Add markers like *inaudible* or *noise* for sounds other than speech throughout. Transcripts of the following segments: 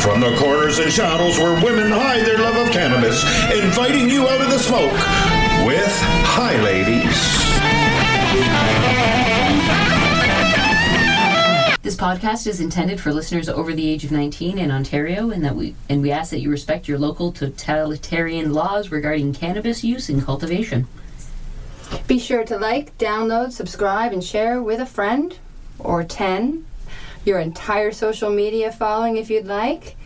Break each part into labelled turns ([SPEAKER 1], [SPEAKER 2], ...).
[SPEAKER 1] From the corners and shadows where women hide their love of cannabis, inviting you out of the smoke with High Ladies.
[SPEAKER 2] This podcast is intended for listeners over the age of 19 in Ontario, and that we and we ask that you respect your local totalitarian laws regarding cannabis use and cultivation.
[SPEAKER 3] Be sure to like, download, subscribe, and share with a friend or 10. Your entire social media following, if you'd like.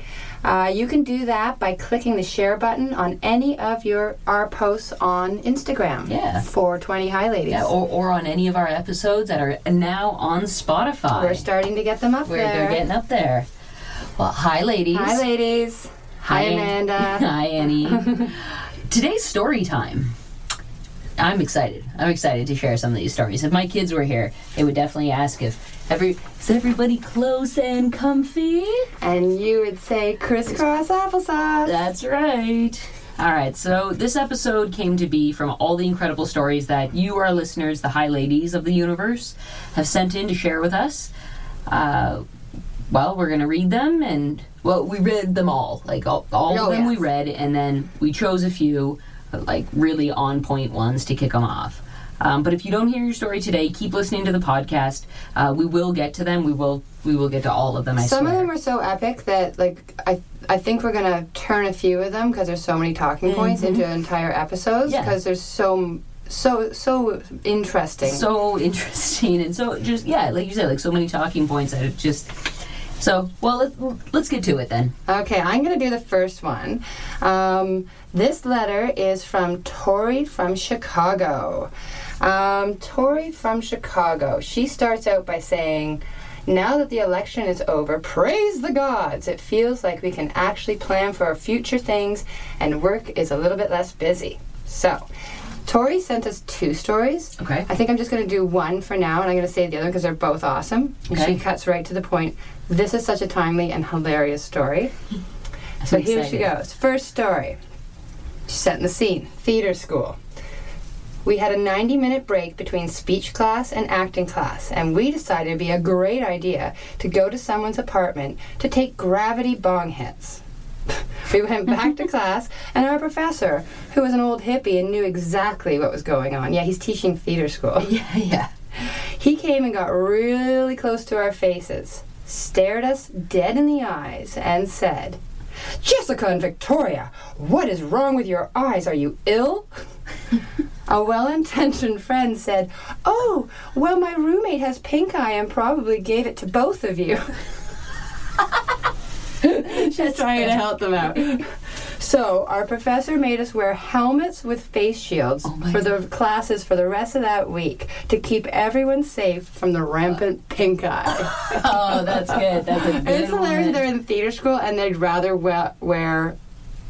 [SPEAKER 3] Uh, you can do that by clicking the share button on any of your our posts on Instagram.
[SPEAKER 2] Yeah.
[SPEAKER 3] 420 High Ladies.
[SPEAKER 2] Yeah, or, or on any of our episodes that are now on Spotify.
[SPEAKER 3] We're starting to get them up
[SPEAKER 2] We're,
[SPEAKER 3] there.
[SPEAKER 2] They're getting up there. Well, hi, ladies.
[SPEAKER 3] Hi, ladies. Hi,
[SPEAKER 2] An-
[SPEAKER 3] Amanda.
[SPEAKER 2] *laughs* hi,
[SPEAKER 3] *laughs*
[SPEAKER 2] Annie. Today's story time. I'm excited. I'm excited to share some of these stories. If my kids were here, they would definitely ask if every is everybody close and comfy.
[SPEAKER 3] And you would say crisscross applesauce.
[SPEAKER 2] That's right. All right, so this episode came to be from all the incredible stories that you, our listeners, the high ladies of the universe, have sent in to share with us. Uh, well, we're going to read them, and well, we read them all. Like, all, all
[SPEAKER 3] Oh,
[SPEAKER 2] of them we
[SPEAKER 3] yes.
[SPEAKER 2] read, and then we chose a few, like, really on point ones to kick them off. Um, but if you don't hear your story today, keep listening to the podcast. Uh, we will get to them. We will. We will get to all of them. I
[SPEAKER 3] Some
[SPEAKER 2] swear.
[SPEAKER 3] of them are so epic that, like, I I think we're gonna turn a few of them because there's so many talking points into entire episodes
[SPEAKER 2] Mm-hmm. Yeah.
[SPEAKER 3] because there's so so so interesting.
[SPEAKER 2] so interesting and so just yeah like you said like so many talking points that it just so well let's, let's get to it then
[SPEAKER 3] Okay, I'm going to do the first one. Um, this letter is from Tori from Chicago. Um, Tori from Chicago. She starts out by saying, now that the election is over, praise the gods! It feels like we can actually plan for our future things and work is a little bit less busy. So, Tori sent us two stories.
[SPEAKER 2] Okay.
[SPEAKER 3] I think I'm just going to do one for now and I'm going to save the other because they're both awesome. And
[SPEAKER 2] Okay.
[SPEAKER 3] She cuts right to the point. This is such a timely and hilarious story. So
[SPEAKER 2] I'm
[SPEAKER 3] here she
[SPEAKER 2] excited.
[SPEAKER 3] goes. First story. She's setting the scene. Theater school. We had a 90 minute break between speech class and acting class, and we decided it'd be a great idea to go to someone's apartment to take gravity bong hits. *laughs* we went back to class, and our professor, who was an old hippie and knew exactly what was going on, yeah, he's teaching theater school,
[SPEAKER 2] *laughs* yeah yeah
[SPEAKER 3] he came and got really close to our faces, stared us dead in the eyes, and said, Jessica and Victoria, what is wrong with your eyes? Are you ill? A well intentioned friend said, Oh, well, my roommate has pink eye and probably gave it to both of you. *laughs* She's trying to help them out. So, our professor made us wear helmets with face shields
[SPEAKER 2] my
[SPEAKER 3] for the classes for the rest of that week to keep everyone safe from the rampant pink eye.
[SPEAKER 2] oh that's good that's a good
[SPEAKER 3] It's hilarious
[SPEAKER 2] one.
[SPEAKER 3] that they're in theater school and they'd rather we- wear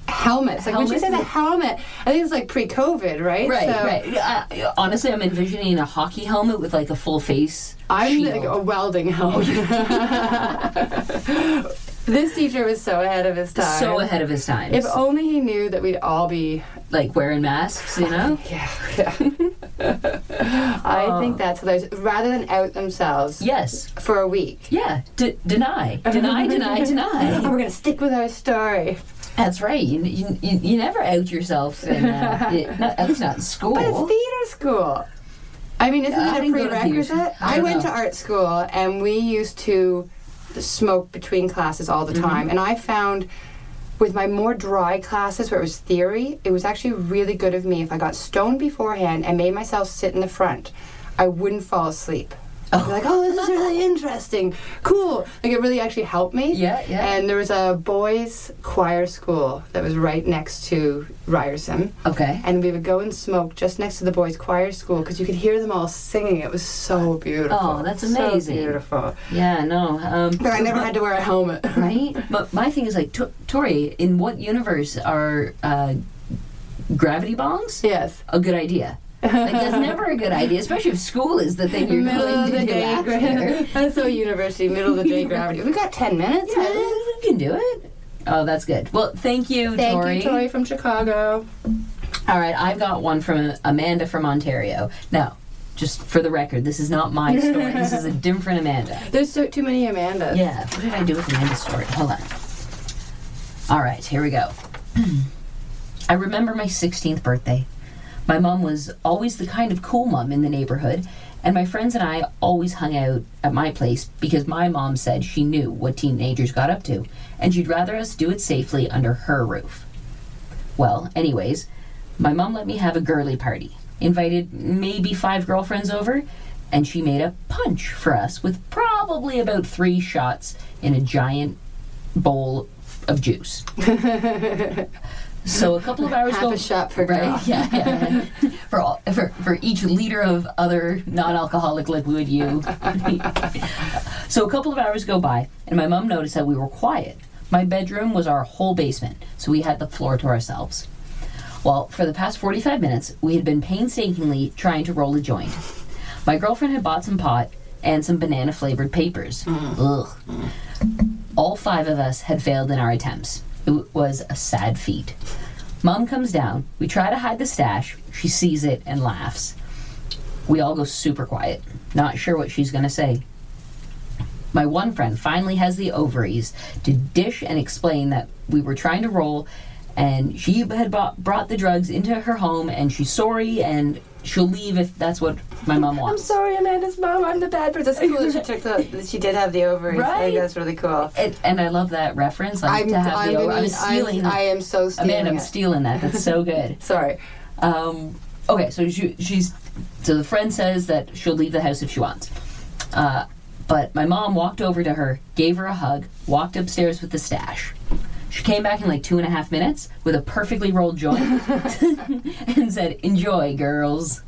[SPEAKER 3] helmets. Like when she says
[SPEAKER 2] Helmets?
[SPEAKER 3] a helmet, I think it's like pre-COVID, right?
[SPEAKER 2] right
[SPEAKER 3] So
[SPEAKER 2] right uh, honestly I'm envisioning a hockey helmet with like a full face
[SPEAKER 3] I'm
[SPEAKER 2] shield.
[SPEAKER 3] like a
[SPEAKER 2] *laughs*
[SPEAKER 3] welding helmet. this teacher was so ahead of his time.
[SPEAKER 2] so ahead of his time
[SPEAKER 3] If only he knew that we'd all be.
[SPEAKER 2] like wearing masks you know
[SPEAKER 3] Yeah, yeah. *laughs* I
[SPEAKER 2] Uh.
[SPEAKER 3] think that's hilarious. Rather than out themselves
[SPEAKER 2] yes
[SPEAKER 3] for a week.
[SPEAKER 2] yeah D- deny deny
[SPEAKER 3] *laughs*
[SPEAKER 2] deny deny
[SPEAKER 3] Oh, we're gonna stick with our story.
[SPEAKER 2] that's right you, you, you you never out yourself in,
[SPEAKER 3] *laughs*
[SPEAKER 2] uh, in- not, at least not in school
[SPEAKER 3] But it's theater school. I mean, isn't
[SPEAKER 2] Yeah, I
[SPEAKER 3] that a
[SPEAKER 2] didn't go to theater
[SPEAKER 3] prerequisite?
[SPEAKER 2] school. I
[SPEAKER 3] I
[SPEAKER 2] don't
[SPEAKER 3] went
[SPEAKER 2] know.
[SPEAKER 3] to art school and we used to smoke between classes all the time. And I found with my more dry classes where it was theory, it was actually really good of me if I got stoned beforehand and made myself sit in the front. I wouldn't fall asleep. I'd be like, oh, *laughs* this is really interesting. Cool. Like, it really actually helped me.
[SPEAKER 2] Yeah, yeah.
[SPEAKER 3] And there was a boys' choir school that was right next to Ryerson
[SPEAKER 2] okay
[SPEAKER 3] and we would go and smoke just next to the boys' choir school because you could hear them all singing. It was so beautiful.
[SPEAKER 2] Oh, that's
[SPEAKER 3] So
[SPEAKER 2] amazing.
[SPEAKER 3] beautiful.
[SPEAKER 2] yeah no um,
[SPEAKER 3] But I never had to wear a *laughs* helmet.
[SPEAKER 2] right? But my thing is like, Tor- Tori, in what universe are uh, gravity bombs
[SPEAKER 3] yes.
[SPEAKER 2] a good idea? Like
[SPEAKER 3] *laughs*
[SPEAKER 2] that's never a good idea, especially if school is the thing you're
[SPEAKER 3] middle
[SPEAKER 2] going
[SPEAKER 3] of
[SPEAKER 2] to
[SPEAKER 3] the
[SPEAKER 2] do
[SPEAKER 3] day
[SPEAKER 2] after.
[SPEAKER 3] gravity. *laughs* That's so university. Middle of the *laughs* day gravity. We got ten minutes.
[SPEAKER 2] Yeah, you can do it. Oh, that's good. Well, thank you,
[SPEAKER 3] Thank
[SPEAKER 2] Tori.
[SPEAKER 3] you, Tori from Chicago.
[SPEAKER 2] All right, I've got one from Amanda from Ontario. Now, just for the record, this is not my story. this is a different Amanda.
[SPEAKER 3] There's so, too many Amandas.
[SPEAKER 2] Yeah, what did I do with Amanda's story? Hold on. All right, here we go. *clears throat* I remember my 16th birthday. My mom was always the kind of cool mom in the neighborhood, and my friends and I always hung out at my place because my mom said she knew what teenagers got up to, and she'd rather us do it safely under her roof. Well, anyways, my mom let me have a girly party, invited maybe five girlfriends over, and she made a punch for us with probably about three shots in a giant bowl of juice. so a couple of hours
[SPEAKER 3] Half
[SPEAKER 2] go
[SPEAKER 3] a shot per
[SPEAKER 2] right?
[SPEAKER 3] girl.
[SPEAKER 2] Yeah, yeah. *laughs* for all for, for each liter of other non-alcoholic liquid you. *laughs* so a couple of hours go by, and my mom noticed that we were quiet. My bedroom was our whole basement, so we had the floor to ourselves. Well, for the past 45 minutes, we had been painstakingly trying to roll a joint. My girlfriend had bought some pot and some banana flavored papers. Ugh. All five of us had failed in our attempts. It w- was a sad feat. Mom comes down. We try to hide the stash. She sees it and laughs. We all go super quiet, not sure what she's going to say. My one friend finally has the ovaries to dish and explain that we were trying to roll and she had bought, brought the drugs into her home and she's sorry and she'll leave if that's what my mom
[SPEAKER 3] *laughs* I'm
[SPEAKER 2] wants.
[SPEAKER 3] sorry, Amanda's mom. I'm the bad person. *laughs* That's cool that she took the. that She did have the ovaries. I
[SPEAKER 2] Right.
[SPEAKER 3] think that's really cool.
[SPEAKER 2] And, and I love that reference. Like,
[SPEAKER 3] I'm.
[SPEAKER 2] to have
[SPEAKER 3] I'm,
[SPEAKER 2] the,
[SPEAKER 3] gonna,
[SPEAKER 2] over- I'm
[SPEAKER 3] I'm,
[SPEAKER 2] stealing.
[SPEAKER 3] I am so stealing.
[SPEAKER 2] Amanda, I'm
[SPEAKER 3] it.
[SPEAKER 2] stealing that. That's
[SPEAKER 3] *laughs*
[SPEAKER 2] so good.
[SPEAKER 3] Sorry.
[SPEAKER 2] Um, okay, so she, she's so the friend says that she'll leave the house if she wants. Uh, but my mom walked over to her, gave her a hug, walked upstairs with the stash. She came back in like two and a half minutes with a perfectly rolled
[SPEAKER 3] *laughs*
[SPEAKER 2] joint and said, "Enjoy, girls."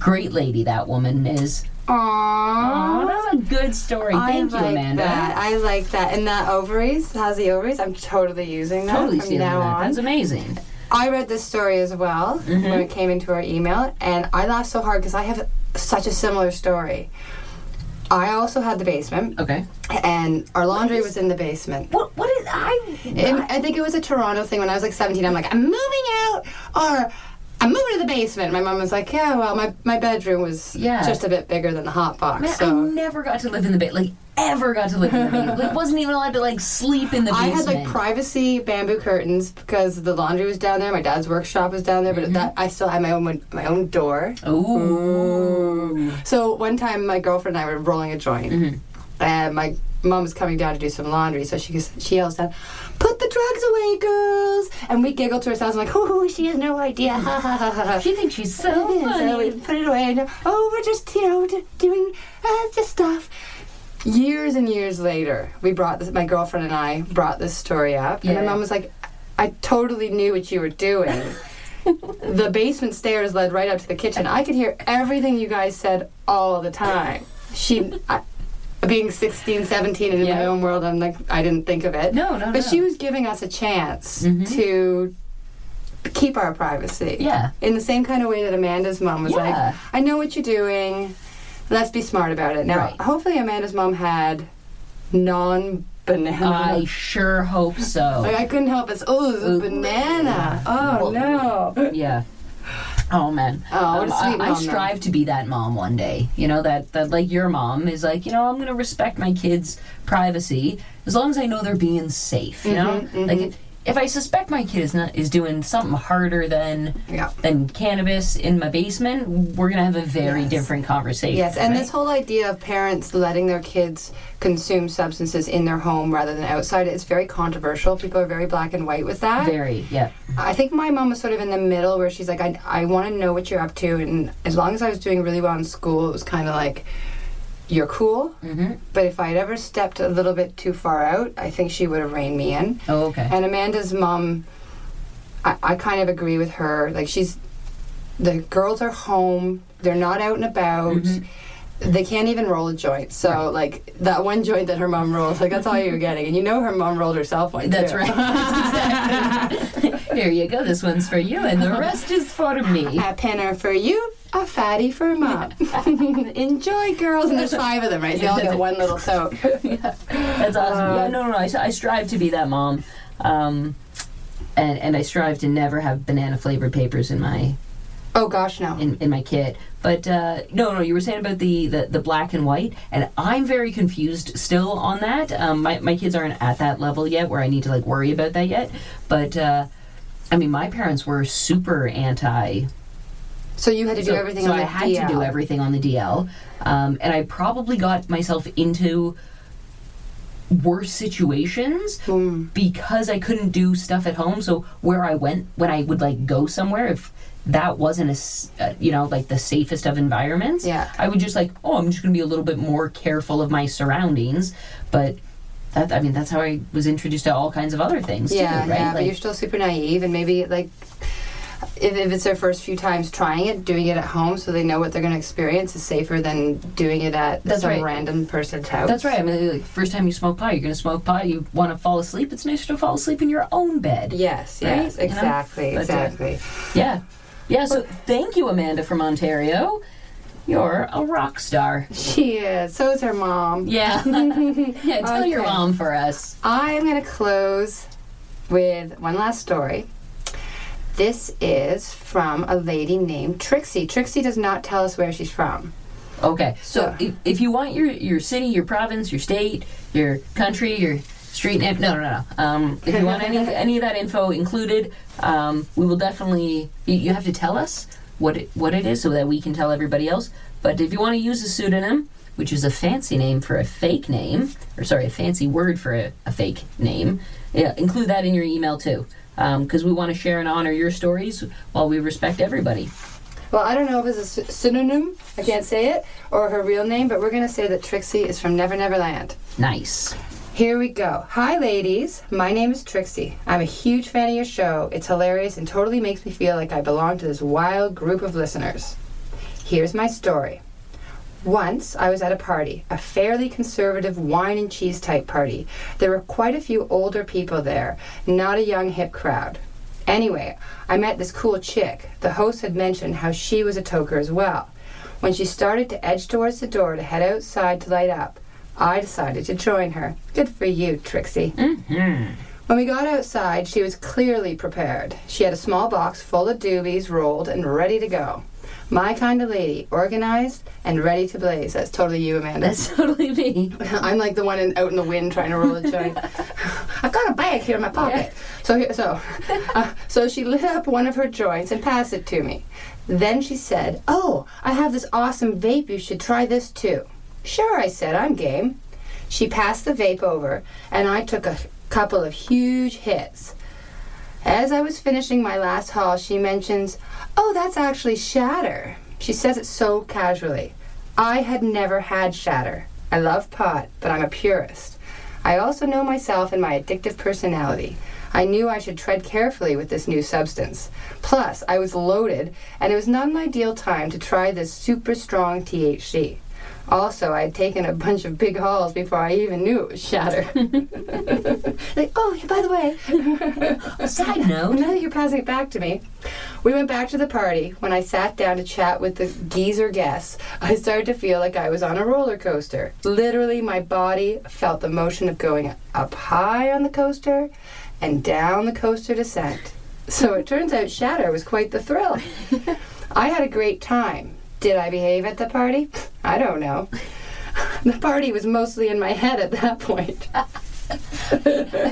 [SPEAKER 2] Great lady, that woman is.
[SPEAKER 3] Aww.
[SPEAKER 2] Oh, that's a good story. Thank
[SPEAKER 3] I
[SPEAKER 2] you,
[SPEAKER 3] like
[SPEAKER 2] Amanda.
[SPEAKER 3] That. I like that. And the ovaries, how's the ovaries? I'm totally using that
[SPEAKER 2] Totally
[SPEAKER 3] from
[SPEAKER 2] stealing
[SPEAKER 3] now
[SPEAKER 2] that.
[SPEAKER 3] on.
[SPEAKER 2] That's Mm-hmm. amazing.
[SPEAKER 3] I read this story as well when it came into our email, and I laughed so hard because I have such a similar story. I also had the basement,
[SPEAKER 2] Okay.
[SPEAKER 3] and our laundry was in the basement.
[SPEAKER 2] What? What is I?
[SPEAKER 3] And I think it was a Toronto thing when I was like 17. I'm like, I'm moving out, or I'm moving to the basement. My mom was like, Yeah, well, my, my bedroom was
[SPEAKER 2] Yeah.
[SPEAKER 3] just a bit bigger than the hot box.
[SPEAKER 2] Man,
[SPEAKER 3] so.
[SPEAKER 2] I never got to live in the basement. Like, ever got to live in the basement. Like, wasn't even allowed to, like, sleep in the
[SPEAKER 3] *laughs* I
[SPEAKER 2] basement.
[SPEAKER 3] had like privacy bamboo curtains because the laundry was down there. My dad's workshop was down there, but that I still had my own win- my own door.
[SPEAKER 2] Ooh.
[SPEAKER 3] So one time, my girlfriend and I were rolling a joint, and my mom was coming down to do some laundry. So she goes- she yells down, "Put the drugs away, girls!" And we giggled to ourselves. I'm like, *laughs* "Oh, she has no idea." Ha ha ha ha. ha."
[SPEAKER 2] She thinks she's so
[SPEAKER 3] *laughs* Yeah, so we
[SPEAKER 2] funny.
[SPEAKER 3] put it away and oh we're just you know d- doing uh, just stuff years and years later we brought this my girlfriend and i brought this story up and
[SPEAKER 2] Yeah.
[SPEAKER 3] my mom was like i totally knew what you were
[SPEAKER 2] *laughs*
[SPEAKER 3] doing the basement stairs led right up to the kitchen i could hear everything you guys said all the time she I, being 16 17 and in my
[SPEAKER 2] Yeah.
[SPEAKER 3] own world i'm like i didn't think of it
[SPEAKER 2] No, no,
[SPEAKER 3] but
[SPEAKER 2] no.
[SPEAKER 3] she was giving us a chance to keep our privacy
[SPEAKER 2] Yeah.
[SPEAKER 3] in the same kind of way that Amanda's mom was
[SPEAKER 2] Yeah.
[SPEAKER 3] like, I know what you're doing. Let's be smart about it. Now,
[SPEAKER 2] Right.
[SPEAKER 3] hopefully, Amanda's mom had non
[SPEAKER 2] I
[SPEAKER 3] banana.
[SPEAKER 2] sure hope so.
[SPEAKER 3] *laughs* Like, I couldn't help us. Oh, this is
[SPEAKER 2] Ooh.
[SPEAKER 3] a banana.
[SPEAKER 2] Well-
[SPEAKER 3] Oh, no.
[SPEAKER 2] Yeah. Oh man!
[SPEAKER 3] Oh, what a
[SPEAKER 2] I-
[SPEAKER 3] sweet
[SPEAKER 2] I,
[SPEAKER 3] mom, though.
[SPEAKER 2] strive to be that mom one day. You know that that like your mom is like you know I'm gonna respect my kids' privacy as long as I know they're being safe. You know,
[SPEAKER 3] Mm-hmm,
[SPEAKER 2] like if I suspect my kid is not is doing something harder than
[SPEAKER 3] Yeah.
[SPEAKER 2] than cannabis in my basement, we're gonna have a very
[SPEAKER 3] Yes.
[SPEAKER 2] different conversation.
[SPEAKER 3] Yes, and
[SPEAKER 2] right?
[SPEAKER 3] this whole idea of parents letting their kids consume substances in their home rather than outside is very controversial. People are very black and white with that.
[SPEAKER 2] very yeah.
[SPEAKER 3] I think my mom was sort of in the middle where she's like, I, I want to know what you're up to. And as long as I was doing really well in school, it was kind of like, you're cool. Mm-hmm. But if I had ever stepped a little bit too far out, I think she would have reined me in.
[SPEAKER 2] Oh okay.
[SPEAKER 3] And Amanda's mom, I, I kind of agree with her. Like, she's the girls are home, they're not out and about.
[SPEAKER 2] Mm-hmm.
[SPEAKER 3] They can't even roll a joint. So, like, that one joint that her mom rolled, like, that's all you're getting. And you know her mom rolled herself one.
[SPEAKER 2] That's
[SPEAKER 3] too.
[SPEAKER 2] right. That's exactly. *laughs* Here you go. This one's for you, and the rest is for me.
[SPEAKER 3] A pinner for you, a fatty for mom. *laughs* Enjoy, girls. And there's five of them, right? They all get one little soap.
[SPEAKER 2] That's awesome. yeah, no, no, no. I, I strive to be that mom, um, and and I strive to never have banana flavored papers in my
[SPEAKER 3] Oh gosh, no.
[SPEAKER 2] in, in my kit. But uh, no, no, you were saying about the, the, the black and white, and I'm very confused still on that. Um, my, my kids aren't at that level yet where I need to like worry about that yet. But uh, I mean, my parents were super anti.
[SPEAKER 3] So you had to do
[SPEAKER 2] so,
[SPEAKER 3] everything
[SPEAKER 2] so
[SPEAKER 3] on
[SPEAKER 2] I
[SPEAKER 3] the
[SPEAKER 2] had
[SPEAKER 3] DL.
[SPEAKER 2] to do everything on the DL, um, and I probably got myself into worse situations
[SPEAKER 3] Mm.
[SPEAKER 2] because I couldn't do stuff at home. So where I went when I would like go somewhere, if that wasn't a s- uh, you know like the safest of environments,
[SPEAKER 3] Yeah.
[SPEAKER 2] I would just like oh I'm just going to be a little bit more careful of my surroundings, but. That, I mean, that's how I was introduced to all kinds of other things
[SPEAKER 3] Yeah,
[SPEAKER 2] too, right?
[SPEAKER 3] yeah, but
[SPEAKER 2] Like-
[SPEAKER 3] you're still super naive, and maybe like if, if it's their first few times trying it, doing it at home, so they know what they're going to experience is safer than doing it at
[SPEAKER 2] That's
[SPEAKER 3] some
[SPEAKER 2] right.
[SPEAKER 3] random person's house.
[SPEAKER 2] That's right. I mean, like, first time you smoke pot, you're going to smoke pot. You want to fall asleep. It's nice to fall asleep in your own bed.
[SPEAKER 3] Yes,
[SPEAKER 2] Right?
[SPEAKER 3] yes,
[SPEAKER 2] You know?
[SPEAKER 3] exactly,
[SPEAKER 2] But, uh,
[SPEAKER 3] exactly.
[SPEAKER 2] Yeah. Yeah. So thank you, Amanda from Ontario. You're a rock star.
[SPEAKER 3] She is. So is her mom.
[SPEAKER 2] Yeah. *laughs* yeah. Tell your
[SPEAKER 3] Okay.
[SPEAKER 2] mom for us.
[SPEAKER 3] I am going to close with one last story. This is from a lady named Trixie. Trixie does not tell us where she's from.
[SPEAKER 2] Okay. So if, if you want your your city, your province, your state, your country, your street name, no, no, no. no. Um, if you want any any of that info included, um, we will definitely. You, you have to tell us what it, what it is so that we can tell everybody else. But if you want to use a pseudonym, which is a fancy name for a fake name, or sorry, a fancy word for a, a fake name, yeah, include that in your email too. Because we want to share and honor your stories while we respect everybody.
[SPEAKER 3] Well, I don't know if it's a s- synonym, I can't say it, or her real name, but we're going to say that Trixie is from Never Never Land.
[SPEAKER 2] Nice.
[SPEAKER 3] Here we go. Hi, ladies. My name is Trixie. I'm a huge fan of your show. It's hilarious and totally makes me feel like I belong to this wild group of listeners. Here's my story. Once I was at a party, a fairly conservative wine and cheese type party. There were quite a few older people there, not a young hip crowd. Anyway, I met this cool chick. The host had mentioned how she was a toker as well. When she started to edge towards the door to head outside to light up, I decided to join her. Good for you, Trixie.
[SPEAKER 2] Mm-hmm.
[SPEAKER 3] When we got outside, she was clearly prepared. She had a small box full of doobies rolled and ready to go. My kind of lady, organized and ready to blaze. That's totally you,
[SPEAKER 2] *laughs*
[SPEAKER 3] Amanda.
[SPEAKER 2] That's totally me.
[SPEAKER 3] *laughs* I'm like the one in, out in the wind trying to roll a joint. I've got a bag here in my pocket. So here, so, uh, so she lit up one of her joints and passed it to me. Then she said, "Oh, I have this awesome vape. You should try this too." Sure, I said, I'm game. She passed the vape over, and I took a couple of huge hits. As I was finishing my last haul, she mentions, Oh, that's actually shatter. She says it so casually. I had never had shatter. I love pot, but I'm a purist. I also know myself and my addictive personality. I knew I should tread carefully with this new substance. Plus, I was loaded, and it was not an ideal time to try this super strong THC. Also, I had taken a bunch of big hauls before I even knew it was shatter. like, oh, by the way,
[SPEAKER 2] Side note. *laughs*
[SPEAKER 3] now that you're passing it back to me, we went back to the party. When I sat down to chat with the geezer guests, I started to feel like I was on a roller coaster. Literally, my body felt the motion of going up high on the coaster and down the coaster descent. So it turns out Shatter was quite the thrill. I had a great time. Did I behave at the party? I don't know. *laughs* The party was mostly in my head at that point.
[SPEAKER 2] I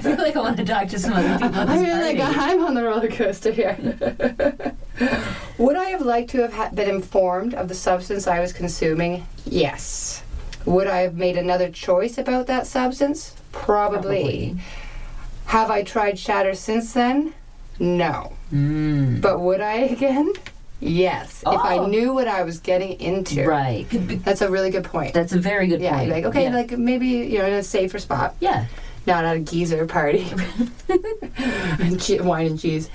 [SPEAKER 2] feel like I want to talk to some other people. at
[SPEAKER 3] I
[SPEAKER 2] this
[SPEAKER 3] mean, like,
[SPEAKER 2] party.
[SPEAKER 3] I'm on the roller coaster here. *laughs* Would I have liked to have ha- been informed of the substance I was consuming? Yes. Would I have made another choice about that substance? Probably.
[SPEAKER 2] Probably.
[SPEAKER 3] Have I tried shatter since then? No.
[SPEAKER 2] Mm.
[SPEAKER 3] But would I again? Yes. If I
[SPEAKER 2] Oh.
[SPEAKER 3] knew what I was getting into.
[SPEAKER 2] Right. Could be-
[SPEAKER 3] That's a really good point.
[SPEAKER 2] That's a very good
[SPEAKER 3] yeah,
[SPEAKER 2] point.
[SPEAKER 3] like okay,
[SPEAKER 2] yeah.
[SPEAKER 3] like maybe you know in a safer spot
[SPEAKER 2] yeah.
[SPEAKER 3] not at a geezer party. *laughs* And che- wine and cheese.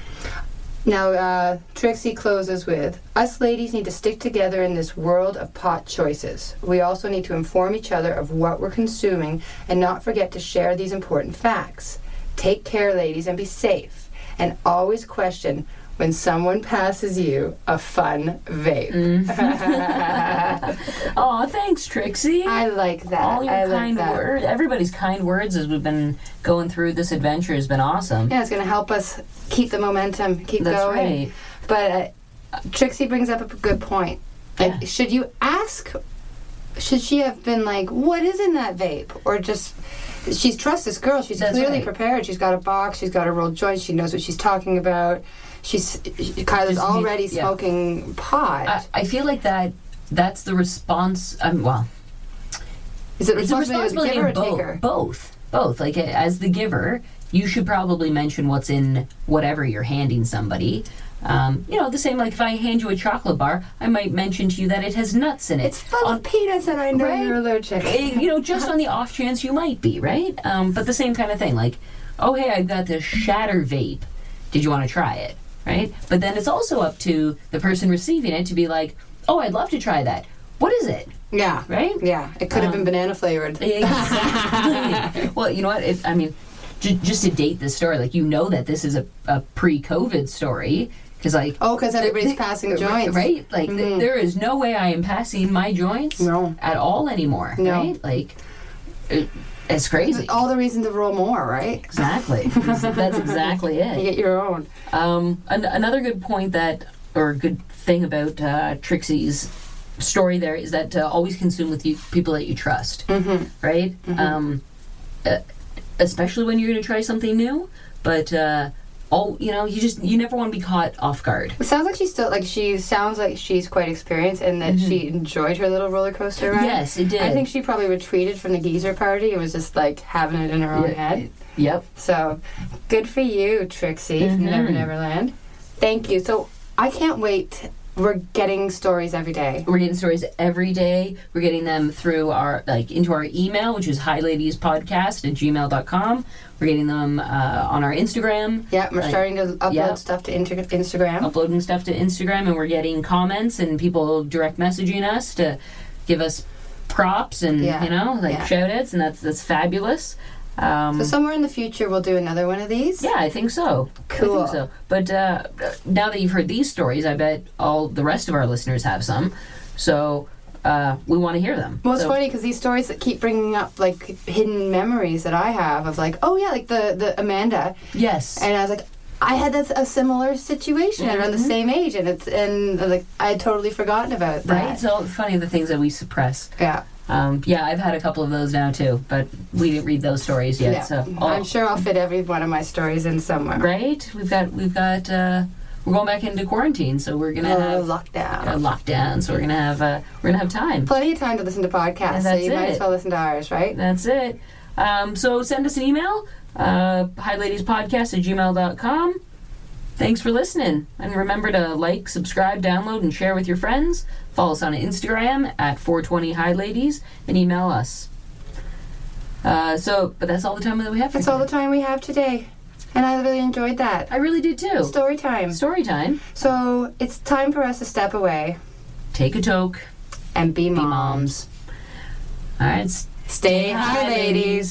[SPEAKER 3] Now, uh, Trixie closes with Us ladies need to stick together in this world of pot choices. We also need to inform each other of what we're consuming and not forget to share these important facts. Take care, ladies, and be safe. And always question when someone passes you a fun vape.
[SPEAKER 2] Oh, thanks, Trixie.
[SPEAKER 3] *laughs* I like that.
[SPEAKER 2] All your
[SPEAKER 3] I like
[SPEAKER 2] kind
[SPEAKER 3] that.
[SPEAKER 2] words. Everybody's kind words as we've been going through this adventure has been awesome.
[SPEAKER 3] Yeah, it's going to help us keep the momentum, keep
[SPEAKER 2] That's
[SPEAKER 3] going.
[SPEAKER 2] right.
[SPEAKER 3] But uh, Trixie brings up a good point. Like,
[SPEAKER 2] Yeah.
[SPEAKER 3] should you ask? Should she have been like, "What is in that vape?" Or just, she's trusts this girl. She's
[SPEAKER 2] That's
[SPEAKER 3] clearly
[SPEAKER 2] right.
[SPEAKER 3] prepared. She's got a box. She's got a rolled joint. She knows what she's talking about. She's she- Kyla's
[SPEAKER 2] Just need-
[SPEAKER 3] already
[SPEAKER 2] yeah. Uh,
[SPEAKER 3] smoking pot.
[SPEAKER 2] I, I feel like that. That's the response. Um, well,
[SPEAKER 3] is it
[SPEAKER 2] it's a responsibility
[SPEAKER 3] responsibility, of the
[SPEAKER 2] of
[SPEAKER 3] giver or
[SPEAKER 2] both.
[SPEAKER 3] taker?
[SPEAKER 2] Both, both. Like a- as the giver, you should probably mention what's in whatever you're handing somebody. Um, you know, the same like if I hand you a chocolate bar, I might mention to you that it has nuts in it.
[SPEAKER 3] It's full
[SPEAKER 2] On-
[SPEAKER 3] of peanuts, and I know
[SPEAKER 2] Right?
[SPEAKER 3] you're allergic.
[SPEAKER 2] Eh, you know, just on the off chance you might be, right? Um, but the same kind of thing, like, oh, hey, I've got this shatter vape. Did you want to try it? Right? But then it's also up to the person receiving it to be like, oh, I'd love to try that. What is it?
[SPEAKER 3] yeah.
[SPEAKER 2] Right? Um,
[SPEAKER 3] Yeah. It could have been banana flavored.
[SPEAKER 2] Exactly. *laughs* well, you know what? It, I mean, j- just to date this story, like, you know that this is a, a pre COVID story. Because, like,
[SPEAKER 3] Oh, because everybody's
[SPEAKER 2] Th-
[SPEAKER 3] passing
[SPEAKER 2] th-
[SPEAKER 3] joints. Mm-hmm.
[SPEAKER 2] right? Like th- there is no way I am passing my joints
[SPEAKER 3] No.
[SPEAKER 2] at all anymore,
[SPEAKER 3] No.
[SPEAKER 2] right? Like it, it's crazy.
[SPEAKER 3] All the reason to roll more, right?
[SPEAKER 2] Exactly. That's exactly
[SPEAKER 3] You
[SPEAKER 2] it.
[SPEAKER 3] get your own.
[SPEAKER 2] Um, an- another good point that, or good thing about uh, Trixie's story there is that uh, always consume with you people that you trust,
[SPEAKER 3] Mm-hmm.
[SPEAKER 2] right? Um, uh, especially when you're going to try something new, but. Uh, all you know, you just you never want to be caught off guard.
[SPEAKER 3] It sounds like she's still like she sounds like she's quite experienced and that she enjoyed her little roller coaster ride.
[SPEAKER 2] Mm-hmm. Yes, it did.
[SPEAKER 3] I think she probably retreated from the geezer party and was just like having it in her own
[SPEAKER 2] Yeah.
[SPEAKER 3] head.
[SPEAKER 2] Yep.
[SPEAKER 3] So good for you, Trixie
[SPEAKER 2] Mm-hmm.
[SPEAKER 3] from Never Neverland. Thank you. So I can't wait. We're getting stories every day.
[SPEAKER 2] We're getting stories every day. We're getting them through our like into our email, which is highladies.podcast at gmail.com. We're getting them uh, on our Instagram,
[SPEAKER 3] Yeah, we're
[SPEAKER 2] Like,
[SPEAKER 3] starting to upload
[SPEAKER 2] yeah.
[SPEAKER 3] stuff to inter- Instagram.
[SPEAKER 2] uploading stuff to Instagram, and we're getting comments and people direct messaging us to give us props and
[SPEAKER 3] Yeah.
[SPEAKER 2] you know like
[SPEAKER 3] Yeah.
[SPEAKER 2] shout outs, and that's that's fabulous. Um,
[SPEAKER 3] So somewhere in the future, we'll do another one of these.
[SPEAKER 2] yeah, I think so. I
[SPEAKER 3] Cool.
[SPEAKER 2] think so. But uh, now that you've heard these stories, I bet all the rest of our listeners have some. So uh, we want to hear them.
[SPEAKER 3] Well, it's
[SPEAKER 2] So-
[SPEAKER 3] funny because these stories that keep bringing up like hidden memories that I have of like, oh yeah, like the the Amanda,
[SPEAKER 2] Yes.
[SPEAKER 3] and I was like, I had that, a similar situation around the same age, and it's and like I had totally forgotten about that.
[SPEAKER 2] Right? So funny the things that we suppress.
[SPEAKER 3] Yeah,
[SPEAKER 2] Um, yeah, I've had a couple of those now too, but we didn't read those stories yet.
[SPEAKER 3] yeah.
[SPEAKER 2] So,
[SPEAKER 3] I'm sure I'll fit every one of my stories in somewhere.
[SPEAKER 2] right? We've got we've got uh, we're going back into quarantine, so we're gonna
[SPEAKER 3] Oh,
[SPEAKER 2] have
[SPEAKER 3] lockdown.
[SPEAKER 2] a lockdown. So we're gonna have uh, we're gonna have time.
[SPEAKER 3] Plenty of time to listen to podcasts,
[SPEAKER 2] And
[SPEAKER 3] so
[SPEAKER 2] that's
[SPEAKER 3] you might as
[SPEAKER 2] it.
[SPEAKER 3] well listen to ours, right?
[SPEAKER 2] That's it. Um, so send us an email, uh, highladies.podcast at gmail.com. Thanks for listening. And remember to like, subscribe, download, and share with your friends. Follow us on Instagram at 420 High Ladies and email us. Uh, so, but that's all the time that we have for
[SPEAKER 3] That's all the
[SPEAKER 2] today.
[SPEAKER 3] time we have today, and I really enjoyed that
[SPEAKER 2] I really did too.
[SPEAKER 3] story time.
[SPEAKER 2] Story time.
[SPEAKER 3] So it's time for us to step away
[SPEAKER 2] Take a toke.
[SPEAKER 3] and
[SPEAKER 2] Be
[SPEAKER 3] be moms.
[SPEAKER 2] moms. All right. s-
[SPEAKER 3] Stay high, ladies.